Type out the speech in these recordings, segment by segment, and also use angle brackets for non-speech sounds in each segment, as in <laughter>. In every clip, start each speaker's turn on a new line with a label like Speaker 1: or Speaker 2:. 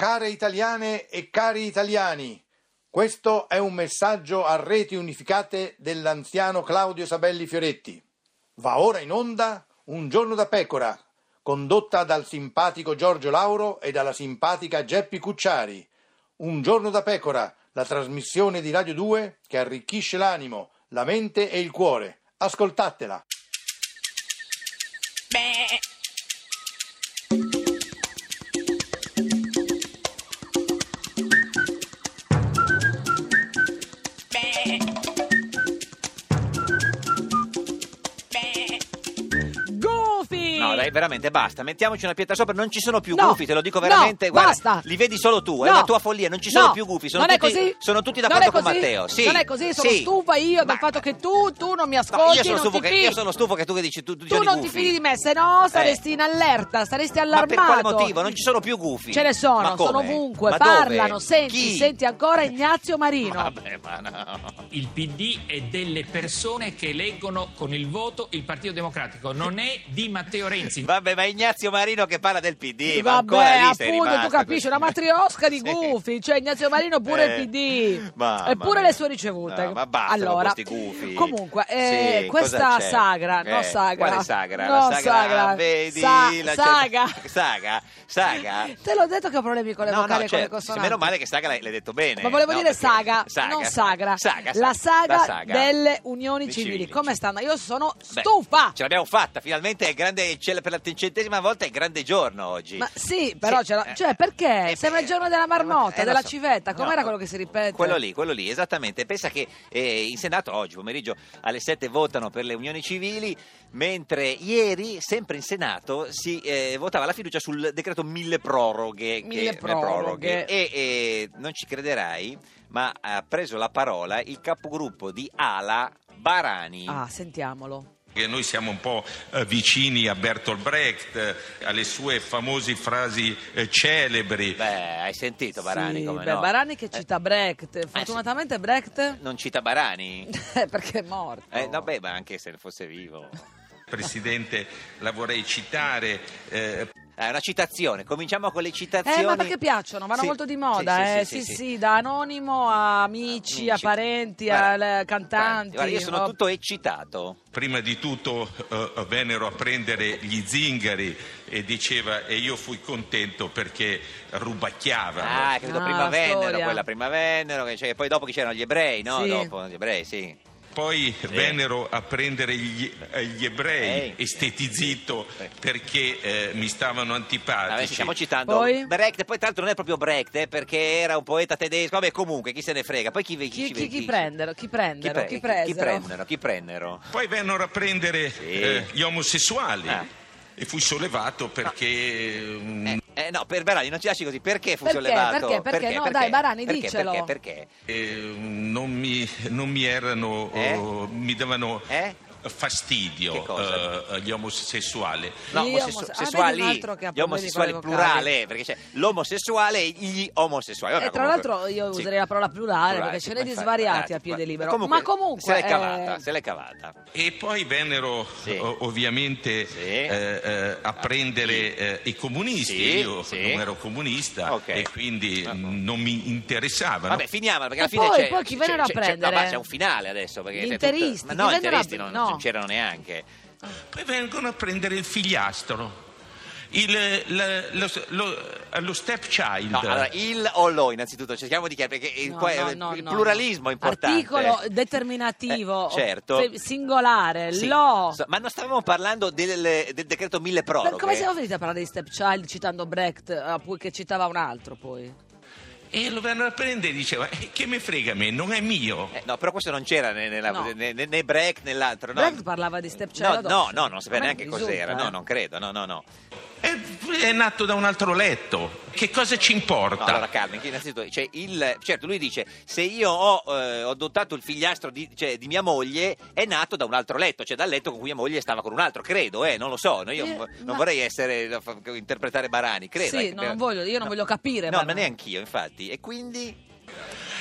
Speaker 1: Care italiane e cari italiani, questo è un messaggio a reti unificate dell'anziano Claudio Sabelli Fioretti. Va ora in onda Un giorno da pecora, condotta dal simpatico Giorgio Lauro e dalla simpatica Geppi Cucciari. Un giorno da pecora, la trasmissione di Radio 2 che arricchisce l'animo, la mente e il cuore. Ascoltatela.
Speaker 2: Goofy!
Speaker 3: No, dai, veramente basta. Mettiamoci una pietra sopra, non ci sono più
Speaker 2: No.
Speaker 3: gufi, te lo dico
Speaker 2: No,
Speaker 3: veramente. guarda,
Speaker 2: basta.
Speaker 3: li vedi solo tu, è
Speaker 2: No.
Speaker 3: una tua follia, non ci sono
Speaker 2: No.
Speaker 3: più gufi, sono
Speaker 2: non è
Speaker 3: tutti,
Speaker 2: così?
Speaker 3: sono tutti
Speaker 2: Non
Speaker 3: d'accordo
Speaker 2: è
Speaker 3: con
Speaker 2: così?
Speaker 3: Matteo. Sì.
Speaker 2: Non è così, sono
Speaker 3: sì.
Speaker 2: stufa io
Speaker 3: Ma-
Speaker 2: dal fatto che tu, tu non mi ascolti,
Speaker 3: No, io, sono
Speaker 2: non
Speaker 3: stufo
Speaker 2: ti
Speaker 3: che,
Speaker 2: fidi.
Speaker 3: io sono stufo che tu che dici tu, tu
Speaker 2: Tu non ti fidi di me, se no saresti in allerta, saresti allarmato.
Speaker 3: Eh. Ma per quale motivo? Non ci sono più gufi.
Speaker 2: Ce ne
Speaker 3: Ma
Speaker 2: sono,
Speaker 3: come?
Speaker 2: sono ovunque,
Speaker 3: Ma dove?
Speaker 2: parlano, senti,
Speaker 3: Chi? Ah,
Speaker 2: senti ancora Ignazio Marino.
Speaker 3: Vabbè, ma no.
Speaker 4: Il PD è delle persone che eleggono con il voto il Partito Democratico, non è di Matteo Renzi.
Speaker 3: Vabbè, ma Ignazio Marino che parla del PD, ma ancora
Speaker 2: Vabbè,
Speaker 3: lì sei
Speaker 2: appunto, tu
Speaker 3: rimasto,
Speaker 2: capisci, una matriosca di
Speaker 3: <laughs> Sì.
Speaker 2: gufi, cioè Ignazio Marino pure
Speaker 3: Eh,
Speaker 2: il PD,
Speaker 3: <laughs> mamma
Speaker 2: eppure
Speaker 3: mia.
Speaker 2: le sue ricevute.
Speaker 3: No, ma basta con
Speaker 2: allora,
Speaker 3: questi gufi.
Speaker 2: Comunque, eh,
Speaker 3: Sì, cosa
Speaker 2: questa
Speaker 3: c'è?
Speaker 2: sagra, no
Speaker 3: Eh,
Speaker 2: sagra.
Speaker 3: Quale sagra?
Speaker 2: No,
Speaker 3: la sagra,
Speaker 2: sagra.
Speaker 3: vedi?
Speaker 2: Sa-
Speaker 3: la-
Speaker 2: saga.
Speaker 3: Saga?
Speaker 2: <laughs>
Speaker 3: Saga?
Speaker 2: Te l'ho detto che ho problemi con le
Speaker 3: No, no,
Speaker 2: vocali e con
Speaker 3: cioè,
Speaker 2: le
Speaker 3: sì,
Speaker 2: consonanti.
Speaker 3: meno male che saga l'hai, l'hai detto bene.
Speaker 2: Ma volevo
Speaker 3: No,
Speaker 2: dire
Speaker 3: perché-
Speaker 2: saga, non sagra.
Speaker 3: Saga,
Speaker 2: La saga,
Speaker 3: la
Speaker 2: delle unioni
Speaker 3: Dei
Speaker 2: civili.
Speaker 3: civili.
Speaker 2: Come stanno? Io sono
Speaker 3: Beh,
Speaker 2: stufa.
Speaker 3: ce l'abbiamo fatta, finalmente è grande, c'è la- per la centesima volta è il grande giorno oggi.
Speaker 2: Ma sì, però c'era-
Speaker 3: eh,
Speaker 2: cioè, perché?
Speaker 3: eh,
Speaker 2: Sembra il giorno della
Speaker 3: eh,
Speaker 2: marmotta,
Speaker 3: lo
Speaker 2: della civetta, com'era
Speaker 3: no,
Speaker 2: quello che si ripete?
Speaker 3: Quello lì, quello lì, esattamente. Pensa che eh, in Senato oggi pomeriggio alle 7 votano per le unioni civili, mentre ieri, sempre in Senato, si eh, votava la fiducia sul decreto mille proroghe.
Speaker 2: Mille
Speaker 3: le
Speaker 2: proroghe.
Speaker 3: E eh, non ci crederai, ma ha preso la parola il capogruppo di Ala Barani.
Speaker 2: Ah, sentiamolo.
Speaker 5: Che noi siamo un po' eh, vicini a Bertolt Brecht, eh, alle sue famose frasi eh, celebri.
Speaker 3: Beh, hai sentito Barani
Speaker 2: Sì,
Speaker 3: come
Speaker 2: beh,
Speaker 3: no?
Speaker 2: Barani che
Speaker 3: Eh,
Speaker 2: cita Brecht. Fortunatamente Brecht <laughs>
Speaker 3: non cita Barani?
Speaker 2: perché è morto.
Speaker 3: Eh, no, beh, ma anche se fosse vivo.
Speaker 5: Presidente, la vorrei citare. eh,
Speaker 3: È una citazione, cominciamo con le citazioni.
Speaker 2: Eh, ma perché piacciono, vanno
Speaker 3: Sì,
Speaker 2: molto di moda,
Speaker 3: sì, Mm,
Speaker 2: eh. Sì, sì, da anonimo a amici, a
Speaker 3: Amici.
Speaker 2: parenti,
Speaker 3: Guarda,
Speaker 2: a eh, cantanti.
Speaker 3: Guarda, io sono
Speaker 2: oh.
Speaker 3: tutto eccitato.
Speaker 5: prima di tutto eh, vennero a prendere gli zingari e diceva e io fui contento perché rubacchiavano.
Speaker 3: Ah, credo
Speaker 2: Ah,
Speaker 3: prima
Speaker 2: la
Speaker 3: vennero,
Speaker 2: storia.
Speaker 3: quella prima vennero, che c'è- poi dopo che c'erano gli ebrei, no?
Speaker 2: Sì.
Speaker 3: Dopo gli ebrei, sì.
Speaker 5: Poi vennero a prendere gli, eh, gli
Speaker 3: Ehi.
Speaker 5: ebrei, estetizito, perché eh, mi stavano
Speaker 3: Vabbè,
Speaker 5: antipatici.
Speaker 3: stiamo citando
Speaker 2: Poi?
Speaker 3: Brecht, poi tra l'altro non è proprio Brecht, eh, perché era un poeta tedesco, vabbè comunque chi se ne frega, poi chi, chi,
Speaker 2: Chi,
Speaker 3: ci-
Speaker 2: chi, chi
Speaker 3: chi-
Speaker 2: prendero? Chi
Speaker 3: chi,
Speaker 2: prendero?
Speaker 3: pre-
Speaker 2: Chi,
Speaker 3: chi- chi
Speaker 2: presero?
Speaker 3: prennero? Chi prennero?
Speaker 5: Poi vennero a prendere eh, gli omosessuali
Speaker 3: Ah.
Speaker 5: e fui sollevato perché... mm,
Speaker 3: Eh, eh, no, per Barani non ci lasci così, perché fu
Speaker 2: Perché?
Speaker 3: sollevato?
Speaker 2: Perché? Perché? No, dai, Barani,
Speaker 3: Perché?
Speaker 2: dicelo.
Speaker 3: Perché? Perché?
Speaker 5: eh, non, mi, non mi erano,
Speaker 3: Eh?
Speaker 5: oh, mi davano
Speaker 3: Eh? Che
Speaker 5: fastidio
Speaker 3: cosa?
Speaker 5: eh, gli omosessuali.
Speaker 3: No,
Speaker 2: Gli
Speaker 3: omosessu-
Speaker 2: omose- ah,
Speaker 3: sessuali,
Speaker 2: vedi un altro che ha
Speaker 3: gli
Speaker 2: problemi
Speaker 3: omosessuali
Speaker 2: con le vocali.
Speaker 3: plurale, perché c'è l'omosessuale e gli omosessuali. Vabbè,
Speaker 2: E Eh, tra
Speaker 3: comunque-
Speaker 2: l'altro io
Speaker 3: sì.
Speaker 2: userei la parola plurale,
Speaker 3: Plurale,
Speaker 2: perché
Speaker 3: sì,
Speaker 2: ce n'è
Speaker 3: come
Speaker 2: di
Speaker 3: fai?
Speaker 2: svariati
Speaker 3: Ah,
Speaker 2: a piede
Speaker 3: ma-
Speaker 2: libero.
Speaker 3: comunque,
Speaker 2: ma comunque
Speaker 3: se l'è
Speaker 2: eh,
Speaker 3: cavata, se l'è cavata.
Speaker 5: E poi vennero
Speaker 3: Sì.
Speaker 5: o- ovviamente
Speaker 3: Sì.
Speaker 5: eh, eh, a prendere eh, i comunisti,
Speaker 3: Sì,
Speaker 5: io
Speaker 3: sì.
Speaker 5: non ero comunista
Speaker 3: Ok. Ah.
Speaker 5: e quindi mm, non mi interessavano.
Speaker 3: Vabbè, finiamola perché alla
Speaker 2: E
Speaker 3: fine
Speaker 2: poi-
Speaker 3: c'è,
Speaker 2: poi chi
Speaker 3: c'è-
Speaker 2: vennero a
Speaker 3: c'è- c'è-
Speaker 2: prendere?
Speaker 3: no, ma c'è un finale adesso perché
Speaker 2: eh? Gli
Speaker 3: c'è tutto-
Speaker 2: interisti,
Speaker 3: ma
Speaker 2: chi
Speaker 3: no,
Speaker 2: vennero a
Speaker 3: interisti non,
Speaker 2: pre- no.
Speaker 3: non c'erano neanche.
Speaker 5: Poi vengono a prendere il figliastro, il, la- lo, lo, lo stepchild.
Speaker 3: No, allora, il o lo innanzitutto cerchiamo di chiarire perché il,
Speaker 2: No,
Speaker 3: qua-
Speaker 2: no, no,
Speaker 3: il
Speaker 2: no,
Speaker 3: pluralismo
Speaker 2: no.
Speaker 3: è importante.
Speaker 2: Articolo determinativo,
Speaker 3: Eh, certo.
Speaker 2: fe- singolare,
Speaker 3: Sì.
Speaker 2: lo.
Speaker 3: So- Ma non stavamo parlando del, del decreto mille
Speaker 2: Ma
Speaker 3: proroghe.
Speaker 2: come siamo finiti a parlare di Stepchild citando Brecht, eh, pu- che citava un altro poi?
Speaker 5: E lo vennero a prendere e diceva, "Eh, che me frega a me, non è mio.
Speaker 3: Eh, no, però questo non c'era né, nella,
Speaker 2: No.
Speaker 3: né, né- né Brecht né l'altro. No.
Speaker 2: Brecht parlava di
Speaker 3: No,
Speaker 2: Stepchild.
Speaker 3: no, no, non
Speaker 2: A
Speaker 3: sapeva
Speaker 2: me
Speaker 3: neanche
Speaker 2: risulta,
Speaker 3: cos'era. No,
Speaker 2: eh.
Speaker 3: non credo, no, no, no.
Speaker 5: È, è nato da un altro letto. Che cosa ci
Speaker 3: No,
Speaker 5: importa?
Speaker 3: allora Carmen, che innanzitutto, cioè, il, certo, lui dice, se io ho, eh, ho adottato il figliastro di, cioè, di mia moglie, è nato da un altro letto, cioè dal letto con cui mia moglie stava con un altro, credo, eh, non lo so, no, io
Speaker 2: Eh,
Speaker 3: non vo-
Speaker 2: ma-
Speaker 3: non vorrei essere, fa- interpretare Barani, credo.
Speaker 2: Sì,
Speaker 3: eh,
Speaker 2: no, non voglio- io non voglio capire,
Speaker 3: No, ma
Speaker 2: Barani.
Speaker 3: neanch'io, infatti, e quindi...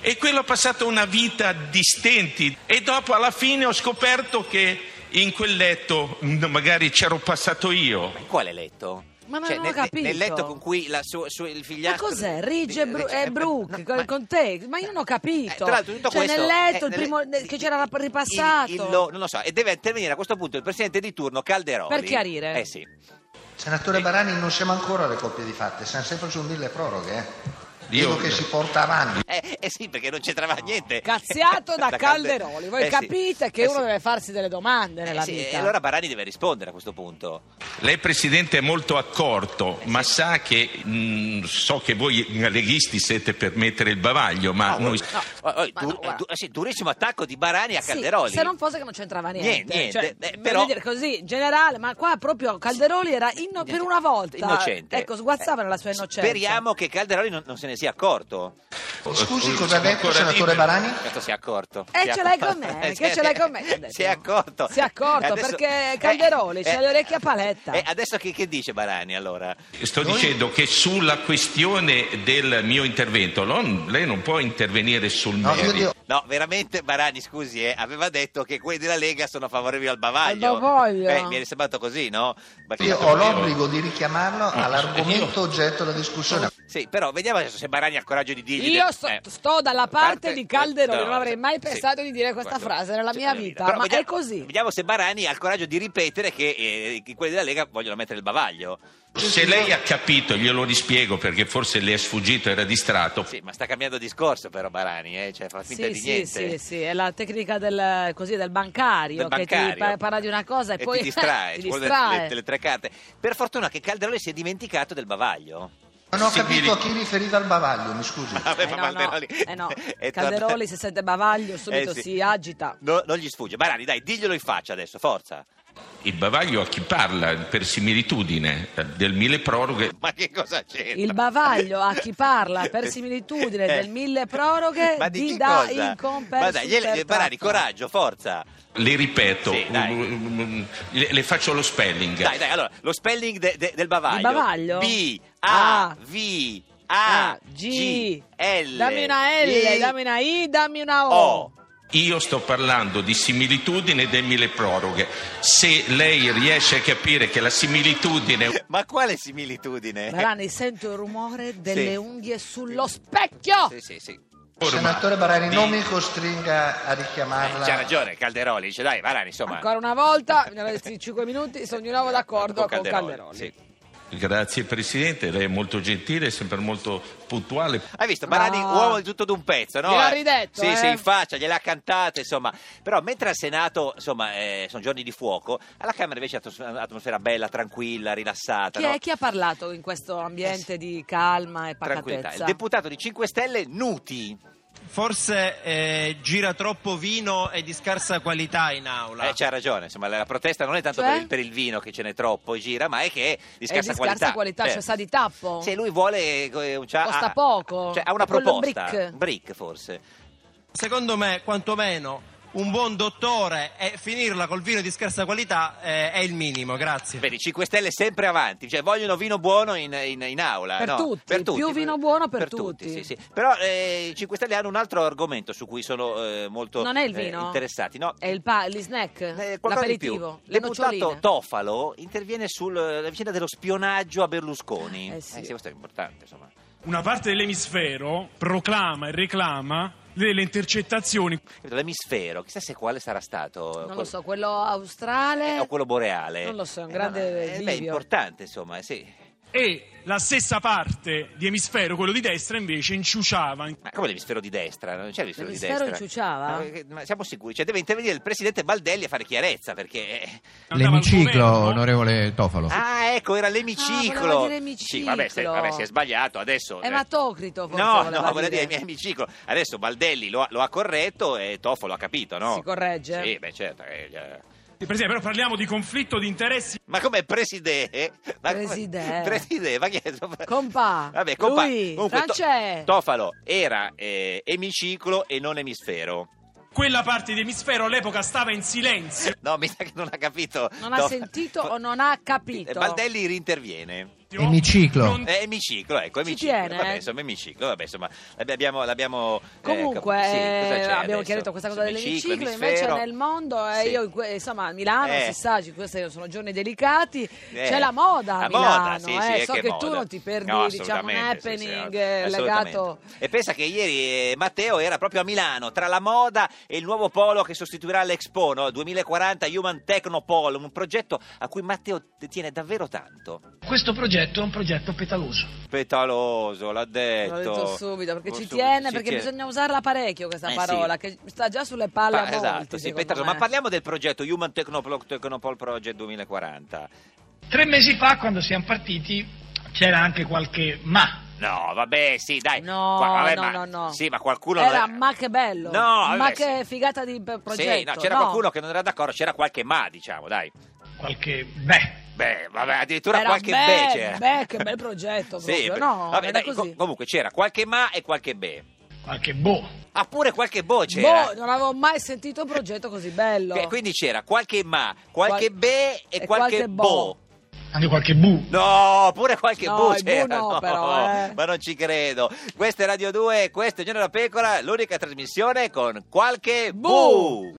Speaker 5: E quello ha passato una vita di stenti e dopo alla fine ho scoperto che in quel letto mm, magari c'ero passato io.
Speaker 3: In quale letto?
Speaker 2: Ma Ma non
Speaker 3: Cioè,
Speaker 2: ho
Speaker 3: nel,
Speaker 2: capito.
Speaker 3: nel letto con cui la sua- sua- il
Speaker 2: Ma
Speaker 3: figliastro...
Speaker 2: cos'è? Ridge e, Bru-
Speaker 3: Cioè,
Speaker 2: e Brooke
Speaker 3: no,
Speaker 2: con-
Speaker 3: ma-
Speaker 2: con te? Ma io non ho capito.
Speaker 3: Eh, tra l'altro tutto
Speaker 2: cioè,
Speaker 3: questo
Speaker 2: nel letto,
Speaker 3: eh,
Speaker 2: il
Speaker 3: nel-
Speaker 2: primo,
Speaker 3: di-
Speaker 2: che c'era
Speaker 3: di-
Speaker 2: ripassato.
Speaker 3: il- il lo- non lo so, e deve intervenire a questo punto il presidente di turno Calderoli.
Speaker 2: Per chiarire.
Speaker 3: Eh sì.
Speaker 6: Senatore
Speaker 5: Eh.
Speaker 6: Barani, non siamo ancora alle coppie di fatte, siamo sempre sul mille proroghe. eh.
Speaker 5: Io-
Speaker 6: Dico che si porta avanti.
Speaker 3: Eh, eh sì, perché non c'entrava niente. <laughs>
Speaker 2: Cazziato da
Speaker 3: Calde-
Speaker 2: Calderoli. Voi
Speaker 3: Eh sì.
Speaker 2: capite che
Speaker 3: Eh
Speaker 2: uno
Speaker 3: sì.
Speaker 2: deve farsi delle domande
Speaker 3: Eh
Speaker 2: nella
Speaker 3: sì, e
Speaker 2: vita.
Speaker 3: allora Barani deve rispondere a questo punto.
Speaker 5: Lei Presidente è molto accorto, ma sa che mh, so che voi leghisti siete per mettere il bavaglio, ma noi
Speaker 3: Oh, oh,
Speaker 2: Ma
Speaker 3: du-
Speaker 2: no, guarda.
Speaker 3: du- eh sì, durissimo attacco di Barani a
Speaker 2: Sì,
Speaker 3: Calderoli.
Speaker 2: se non fosse che non c'entrava niente,
Speaker 3: Niente, niente.
Speaker 2: Cioè,
Speaker 3: Eh,
Speaker 2: voglio
Speaker 3: però-
Speaker 2: dire così in generale, ma qua proprio Calderoli era inno- per una volta
Speaker 3: Innocente.
Speaker 2: Ecco, sguazzava nella sua
Speaker 3: Eh,
Speaker 2: innocenza.
Speaker 3: Speriamo che Calderoli non, non se ne sia accorto.
Speaker 6: Scusi
Speaker 5: Eh,
Speaker 6: cosa
Speaker 5: sono
Speaker 6: ha detto,
Speaker 5: ancora
Speaker 6: senatore
Speaker 5: libero.
Speaker 6: Barani?
Speaker 3: Questo si è accorto.
Speaker 2: E
Speaker 3: Si è
Speaker 2: ce l'hai
Speaker 3: accorto.
Speaker 2: con
Speaker 3: <laughs>
Speaker 2: me,
Speaker 3: Eh,
Speaker 2: che
Speaker 3: sì,
Speaker 2: ce l'hai con me, ha detto.
Speaker 3: Si è accorto.
Speaker 2: Si è accorto,
Speaker 3: E adesso-
Speaker 2: perché Calderoli
Speaker 3: eh,
Speaker 2: c'ha le orecchie a paletta.
Speaker 3: E adesso che, che dice Barani allora?
Speaker 5: Sto dicendo che sulla questione del mio intervento, non- lei non può intervenire sul
Speaker 6: No, io
Speaker 5: merito.
Speaker 6: dico-
Speaker 3: No, veramente Barani, scusi, eh, aveva detto che quelli della Lega sono favorevoli al bavaglio.
Speaker 2: Al bavaglio.
Speaker 3: Eh, mi è sembrato così, no?
Speaker 5: eh,
Speaker 3: Perché-
Speaker 6: io ho l'obbligo di richiamarlo
Speaker 5: Ah, io-
Speaker 6: all'argomento oggetto della discussione.
Speaker 3: Sì, però vediamo adesso se Barani ha il coraggio di dirgli...
Speaker 2: Io
Speaker 3: de-
Speaker 2: sto,
Speaker 3: eh.
Speaker 2: sto dalla parte di Calderoli,
Speaker 3: no,
Speaker 2: non avrei mai
Speaker 3: sì.
Speaker 2: pensato di dire questa
Speaker 3: Guarda,
Speaker 2: frase nella
Speaker 3: cioè,
Speaker 2: mia
Speaker 3: nella
Speaker 2: vita,
Speaker 3: Però
Speaker 2: ma
Speaker 3: vediamo-
Speaker 2: è così.
Speaker 3: Vediamo se Barani ha il coraggio di ripetere che eh, che quelli della Lega vogliono mettere il bavaglio.
Speaker 5: Se lei ha capito, glielo rispiego perché forse le è sfuggito, era distratto.
Speaker 3: Sì, ma sta cambiando discorso però Barani, eh? cioè fa finta
Speaker 2: Sì,
Speaker 3: di
Speaker 2: sì, sì,
Speaker 3: niente.
Speaker 2: sì, è la tecnica del, così, del bancario,
Speaker 3: del
Speaker 2: che ti
Speaker 3: bancario.
Speaker 2: pa- parla di una cosa e, poi <laughs>
Speaker 3: ti distrae,
Speaker 2: ti
Speaker 3: ci vuole
Speaker 2: distrae.
Speaker 3: Le, le- le tre carte. Per fortuna che Calderoli si è dimenticato del bavaglio.
Speaker 6: Non ho
Speaker 5: Sì, mi-
Speaker 6: capito a chi riferiva il bavaglio, mi scusi.
Speaker 5: Ah,
Speaker 3: Vabbè,
Speaker 2: Eh
Speaker 3: ma
Speaker 2: no, no,
Speaker 3: Calderoli-
Speaker 2: eh no.
Speaker 3: <laughs> è tornato-
Speaker 2: Calderoli se sente bavaglio subito
Speaker 3: Eh sì.
Speaker 2: si agita.
Speaker 3: No, non gli sfugge. Barani, dai, diglielo in faccia adesso, forza. <laughs>
Speaker 5: Il bavaglio a chi parla per similitudine eh, del mille proroghe
Speaker 3: Ma che cosa c'entra? Eh.
Speaker 2: Il bavaglio a chi
Speaker 3: <laughs>
Speaker 2: parla per similitudine del mille proroghe
Speaker 3: Ma
Speaker 2: di,
Speaker 3: che
Speaker 2: da
Speaker 3: cosa?
Speaker 2: incompenso
Speaker 3: Ma dai, gliele-
Speaker 2: intertratto.
Speaker 3: Barani, coraggio, forza.
Speaker 5: Le ripeto,
Speaker 3: Sì, dai.
Speaker 5: mm, mm, le, le faccio lo spelling.
Speaker 3: Dai, dai, allora, lo spelling de- de- del bavaglio.
Speaker 2: Del bavaglio?
Speaker 3: B, A,
Speaker 2: A,
Speaker 3: V, A,
Speaker 2: Ah, G,
Speaker 3: G, L.
Speaker 2: Dammi una L,
Speaker 3: I,
Speaker 2: dammi una I, dammi una O.
Speaker 3: O.
Speaker 5: Io sto parlando di similitudine del mille proroghe. Se lei riesce a capire che la similitudine
Speaker 3: Ma quale similitudine?
Speaker 2: Barani, sento il rumore delle
Speaker 3: <laughs> Sì.
Speaker 2: unghie sullo specchio.
Speaker 3: Sì, sì, sì.
Speaker 6: Senatore Barani,
Speaker 5: di-
Speaker 6: non mi costringa a
Speaker 3: Eh, C'ha
Speaker 6: richiamarla.
Speaker 3: ragione Calderoli, dice dai Barani, insomma.
Speaker 2: Ancora una volta, in questi 5 minuti, sono di nuovo d'accordo con Calderoli.
Speaker 3: sì.
Speaker 5: Grazie Presidente, lei è molto gentile, è sempre molto puntuale.
Speaker 3: Hai visto, Barani,
Speaker 2: No.
Speaker 3: uomo di tutto d'un pezzo, no?
Speaker 2: Gliel'ha
Speaker 3: Eh,
Speaker 2: ridetto,
Speaker 3: Sì,
Speaker 2: eh.
Speaker 3: sì, in faccia, gliel'ha cantata, insomma. Però mentre al Senato, insomma, eh, sono giorni di fuoco, alla Camera invece è atmos- un'atmosfera bella, tranquilla, rilassata,
Speaker 2: Chi,
Speaker 3: no?
Speaker 2: è, chi ha parlato in questo ambiente di calma e
Speaker 3: Tranquillità. Il
Speaker 2: pacatezza?
Speaker 3: deputato di 5 Stelle, Nuti.
Speaker 7: Forse eh, gira troppo vino e di scarsa qualità in aula.
Speaker 3: Eh, c'ha ragione, insomma, la la protesta non è tanto
Speaker 2: Cioè?
Speaker 3: per, il, per il vino che ce n'è troppo e gira, ma è che è di scarsa
Speaker 2: di scarsa
Speaker 3: qualità.
Speaker 2: qualità,
Speaker 3: Eh.
Speaker 2: cioè sa di tappo?
Speaker 3: Se lui vuole... eh, un- c'ha-
Speaker 2: Costa
Speaker 3: ha-
Speaker 2: poco?
Speaker 3: Cioè, ha una
Speaker 2: È quello
Speaker 3: proposta.
Speaker 2: brick.
Speaker 3: forse.
Speaker 7: Secondo me, quantomeno, un buon dottore e finirla col vino di scarsa qualità eh, è il minimo, grazie.
Speaker 3: Vedi, 5 Stelle sempre avanti, cioè vogliono vino buono in, in- in aula.
Speaker 2: Per
Speaker 3: no?
Speaker 2: tutti, più vino buono per tutti.
Speaker 3: sì, sì. Però eh, i 5 Stelle hanno un altro argomento su cui sono eh, molto
Speaker 2: Non è il
Speaker 3: eh,
Speaker 2: vino?
Speaker 3: interessati. No,
Speaker 2: È il pa- gli snack?
Speaker 3: Eh, qualcosa di più.
Speaker 2: l'aperitivo? Le
Speaker 3: Il deputato
Speaker 2: noccioline?
Speaker 3: Tofalo interviene sulla vicenda dello spionaggio a Berlusconi.
Speaker 2: Eh, sì.
Speaker 3: questo è importante, insomma.
Speaker 8: una parte dell'emisfero proclama e reclama delle intercettazioni.
Speaker 3: L'emisfero, chissà se quale sarà stato.
Speaker 2: Non lo
Speaker 3: Quel-
Speaker 2: so, quello australe...
Speaker 3: eh, o quello boreale.
Speaker 2: Non lo so, è un
Speaker 3: Eh,
Speaker 2: grande
Speaker 3: no, eh, beh, è
Speaker 2: bivio.
Speaker 3: importante, insomma, eh, sì.
Speaker 8: E la stessa parte di emisfero, quello di destra, invece inciuciava.
Speaker 3: Ma come l'emisfero di destra? Non c'è l'emisfero,
Speaker 2: L'emisfero
Speaker 3: di destra.
Speaker 2: inciuciava?
Speaker 3: No, eh, ma siamo sicuri, cioè deve intervenire il presidente Baldelli a fare chiarezza perché eh.
Speaker 8: Andava al governo.
Speaker 9: onorevole Tofalo.
Speaker 7: Oh.
Speaker 3: Ah, ecco, era l'emiciclo.
Speaker 2: Ah, voleva dire emiciclo.
Speaker 3: Sì, vabbè, se, vabbè, si è sbagliato adesso.
Speaker 2: È
Speaker 3: eh,
Speaker 2: Matocrito, forse
Speaker 3: No,
Speaker 2: voleva
Speaker 3: no, voleva
Speaker 2: dire.
Speaker 3: dire emiciclo. Adesso Baldelli lo ha, lo ha corretto e Tofolo ha capito, no?
Speaker 2: Si corregge?
Speaker 3: Sì, beh, certo. eh, eh.
Speaker 8: Presidente, però parliamo di conflitto di interessi.
Speaker 3: Ma come presidente? Ma come-
Speaker 2: Presidente.
Speaker 3: Presidente, ma che
Speaker 2: Compà,
Speaker 3: Vabbè, compà.
Speaker 2: lui,
Speaker 3: Comunque, To-
Speaker 2: Francè.
Speaker 3: Tofalo era eh, emiciclo e non emisfero.
Speaker 8: Quella parte di emisfero all'epoca stava in silenzio.
Speaker 3: No, Eh, mi sa che non ha capito.
Speaker 2: Non ha
Speaker 3: No.
Speaker 2: sentito o non ha capito?
Speaker 3: Baldelli rinterviene.
Speaker 8: Marzio.
Speaker 6: Emiciclo.
Speaker 8: non-
Speaker 3: Eh, emiciclo, ecco,
Speaker 2: Ci
Speaker 3: emiciclo.
Speaker 2: tiene,
Speaker 3: Vabbè,
Speaker 2: eh?
Speaker 3: insomma, emiciclo, vabbè, insomma, l'abbi- abbiamo... l'abbiamo eh,
Speaker 2: Comunque
Speaker 3: cap- sì, cosa
Speaker 2: eh,
Speaker 3: c'è
Speaker 2: abbiamo
Speaker 3: adesso?
Speaker 2: chiarito questa cosa
Speaker 3: Insomma,
Speaker 2: dell'emiciclo, invece
Speaker 3: emisfero.
Speaker 2: nel mondo, eh,
Speaker 3: Sì.
Speaker 2: io in que- insomma a Milano
Speaker 3: Eh.
Speaker 2: si sa, ci- questi sono giorni delicati, c'è
Speaker 3: Eh,
Speaker 2: la moda a
Speaker 3: la
Speaker 2: Milano,
Speaker 3: moda, sì,
Speaker 2: eh,
Speaker 3: sì, è
Speaker 2: so
Speaker 3: che
Speaker 2: che,
Speaker 3: è moda.
Speaker 2: tu non ti perdi
Speaker 3: No,
Speaker 2: diciamo un
Speaker 3: assolutamente, sì, sì,
Speaker 2: happening eh,
Speaker 3: assolutamente.
Speaker 2: legato...
Speaker 3: E pensa che ieri eh, Matteo era proprio a Milano, tra la moda e il nuovo polo che sostituirà l'Expo no? 2040 Human Technopol, un progetto a cui Matteo tiene davvero tanto.
Speaker 9: Questo progetto è un progetto petaloso.
Speaker 3: Petaloso, l'ha detto.
Speaker 2: L'ho detto subito perché
Speaker 3: Oh,
Speaker 2: ci
Speaker 3: subito,
Speaker 2: tiene,
Speaker 3: ci
Speaker 2: perché
Speaker 3: tiene.
Speaker 2: bisogna usarla parecchio questa
Speaker 3: Eh, sì.
Speaker 2: parola, che sta già sulle palle
Speaker 3: Pa-
Speaker 2: a molti,
Speaker 3: esatto, sì,
Speaker 2: secondo
Speaker 3: Petaloso.
Speaker 2: me.
Speaker 3: Ma parliamo del progetto Human Technopol, Technopol Project 2040.
Speaker 9: Tre mesi fa, quando siamo partiti, c'era anche qualche ma.
Speaker 3: No, vabbè, sì, dai.
Speaker 2: No,
Speaker 3: eh, Qua- vabbè,
Speaker 2: no,
Speaker 3: ma-
Speaker 2: no, no.
Speaker 3: Sì, ma qualcuno...
Speaker 2: Era
Speaker 3: non è-
Speaker 2: ma che bello,
Speaker 3: No, vabbè,
Speaker 2: ma
Speaker 3: sì.
Speaker 2: che figata di pe- progetto.
Speaker 3: Sì, no, c'era qualcuno che non era d'accordo, c'era qualche ma, diciamo, dai.
Speaker 9: Qualche beh.
Speaker 3: Beh, vabbè, addirittura
Speaker 2: Era
Speaker 3: qualche
Speaker 2: beh,
Speaker 3: be c'era.
Speaker 2: beh, che
Speaker 3: <laughs>
Speaker 2: bel progetto proprio,
Speaker 3: per-
Speaker 2: no,
Speaker 3: vabbè,
Speaker 2: era
Speaker 3: dai,
Speaker 2: così.
Speaker 3: co- comunque c'era qualche ma e qualche be.
Speaker 9: Qualche boh.
Speaker 3: Ah, pure qualche bo c'era.
Speaker 2: Boh, non avevo mai sentito un progetto così bello.
Speaker 3: Que- quindi c'era qualche ma, qualche
Speaker 2: Qual-
Speaker 3: be e,
Speaker 2: e
Speaker 3: qualche
Speaker 2: qualche
Speaker 3: bo.
Speaker 2: bo.
Speaker 9: Anche qualche bu.
Speaker 3: No, pure qualche
Speaker 2: No,
Speaker 3: bu
Speaker 2: il bu
Speaker 3: c'era.
Speaker 2: no, però, eh.
Speaker 3: Ma non ci credo. Questa è Radio 2, questo è Giorno da Pecora, l'unica trasmissione con qualche bu.
Speaker 2: Bu.